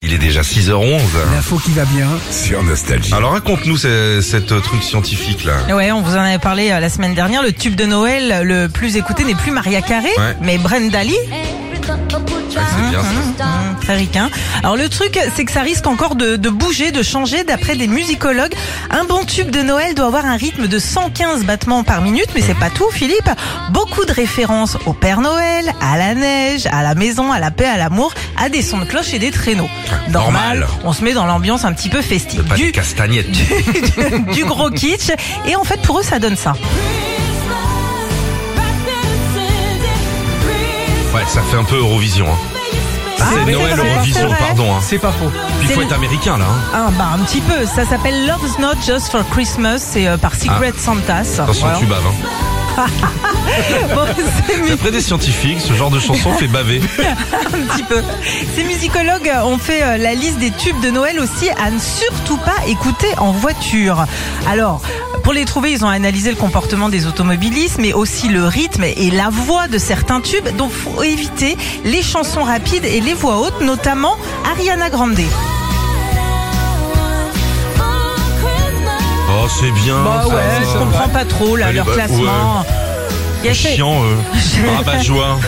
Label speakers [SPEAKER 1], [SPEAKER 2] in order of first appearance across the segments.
[SPEAKER 1] Il est déjà 6h11
[SPEAKER 2] L'info qui va bien.
[SPEAKER 3] sur Nostalgie.
[SPEAKER 1] Alors raconte-nous ce- cette euh, truc scientifique là.
[SPEAKER 4] Eh Ouais, on vous en avait parlé euh, la semaine dernière. Le tube de Noël le plus écouté n'est plus Maria Carré,
[SPEAKER 1] Ouais.
[SPEAKER 4] mais Brenda Lee.
[SPEAKER 1] Ah, c'est bien ça.
[SPEAKER 4] Hum, très ricain. Alors le truc, c'est que ça risque encore de, de bouger, de changer. D'après des musicologues, un bon tube de Noël doit avoir un rythme de 115 battements par minute, mais c'est pas tout, Philippe. Beaucoup de références au Père Noël, à la neige, à la maison, à la paix, à l'amour, à des sons de cloche et des traîneaux.
[SPEAKER 1] Ah, Normal.
[SPEAKER 4] On se met dans l'ambiance un petit peu festive.
[SPEAKER 1] Pas des
[SPEAKER 4] Du,
[SPEAKER 1] castagnettes.
[SPEAKER 4] du gros kitsch. Et en fait, pour eux, ça donne ça.
[SPEAKER 1] Ouais, ça fait un peu Eurovision. hein.
[SPEAKER 4] Ah,
[SPEAKER 1] c'est
[SPEAKER 4] oui,
[SPEAKER 1] Noël
[SPEAKER 4] c'est vrai, c'est
[SPEAKER 1] Eurovision,
[SPEAKER 4] vrai.
[SPEAKER 1] pardon. hein.
[SPEAKER 2] C'est pas faux.
[SPEAKER 1] Puis il faut
[SPEAKER 4] C'est-
[SPEAKER 1] être américain là. hein.
[SPEAKER 4] Ah bah un petit peu, ça s'appelle Love's Not Just for Christmas, c'est euh, par Secret Santas.
[SPEAKER 1] Ah. Attention,
[SPEAKER 4] Ouais.
[SPEAKER 1] tu baves. Hein.
[SPEAKER 4] Bon, c'est mu-
[SPEAKER 1] D'après des scientifiques, ce genre de chanson fait baver.
[SPEAKER 4] un petit peu. Ces musicologues euh, ont fait euh, la liste des tubes de Noël aussi à ne surtout pas écouter en voiture. Alors, pour les trouver, ils ont analysé le comportement des automobilistes, mais aussi le rythme et la voix de certains tubes. Donc, faut éviter les chansons rapides et les voix hautes, notamment Ariana Grande.
[SPEAKER 1] Oh, c'est bien.
[SPEAKER 4] Bah
[SPEAKER 1] ça,
[SPEAKER 4] ouais,
[SPEAKER 1] ça.
[SPEAKER 4] je comprends pas trop là,
[SPEAKER 1] Allez,
[SPEAKER 4] leur
[SPEAKER 1] bah,
[SPEAKER 4] classement. Il y a chez-
[SPEAKER 1] Chiant, euh. rabat joie.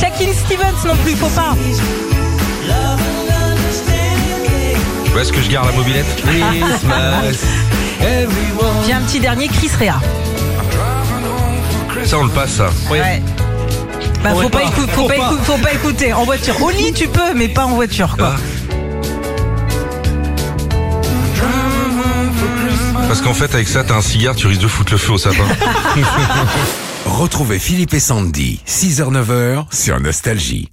[SPEAKER 4] Shaquille Stevens non plus, faut pas.
[SPEAKER 1] Où est-ce que je garde la mobilette Christmas.
[SPEAKER 4] J'ai un petit dernier, Chris Rea.
[SPEAKER 1] Ça, on le passe, ça.
[SPEAKER 4] Ouais. Bah, faut,
[SPEAKER 2] Faudrait
[SPEAKER 4] pas,
[SPEAKER 2] pas.
[SPEAKER 4] écou- faut,
[SPEAKER 2] Faut
[SPEAKER 4] pas
[SPEAKER 2] pas.
[SPEAKER 4] écou- faut pas écouter en voiture. Au lit, tu peux, mais pas en voiture, quoi.
[SPEAKER 1] Ah. Parce qu'en fait, avec ça, t'as un cigare, tu risques de foutre le feu au sapin.
[SPEAKER 3] Retrouvez Philippe et Sandy, 6h-9h sur Nostalgie.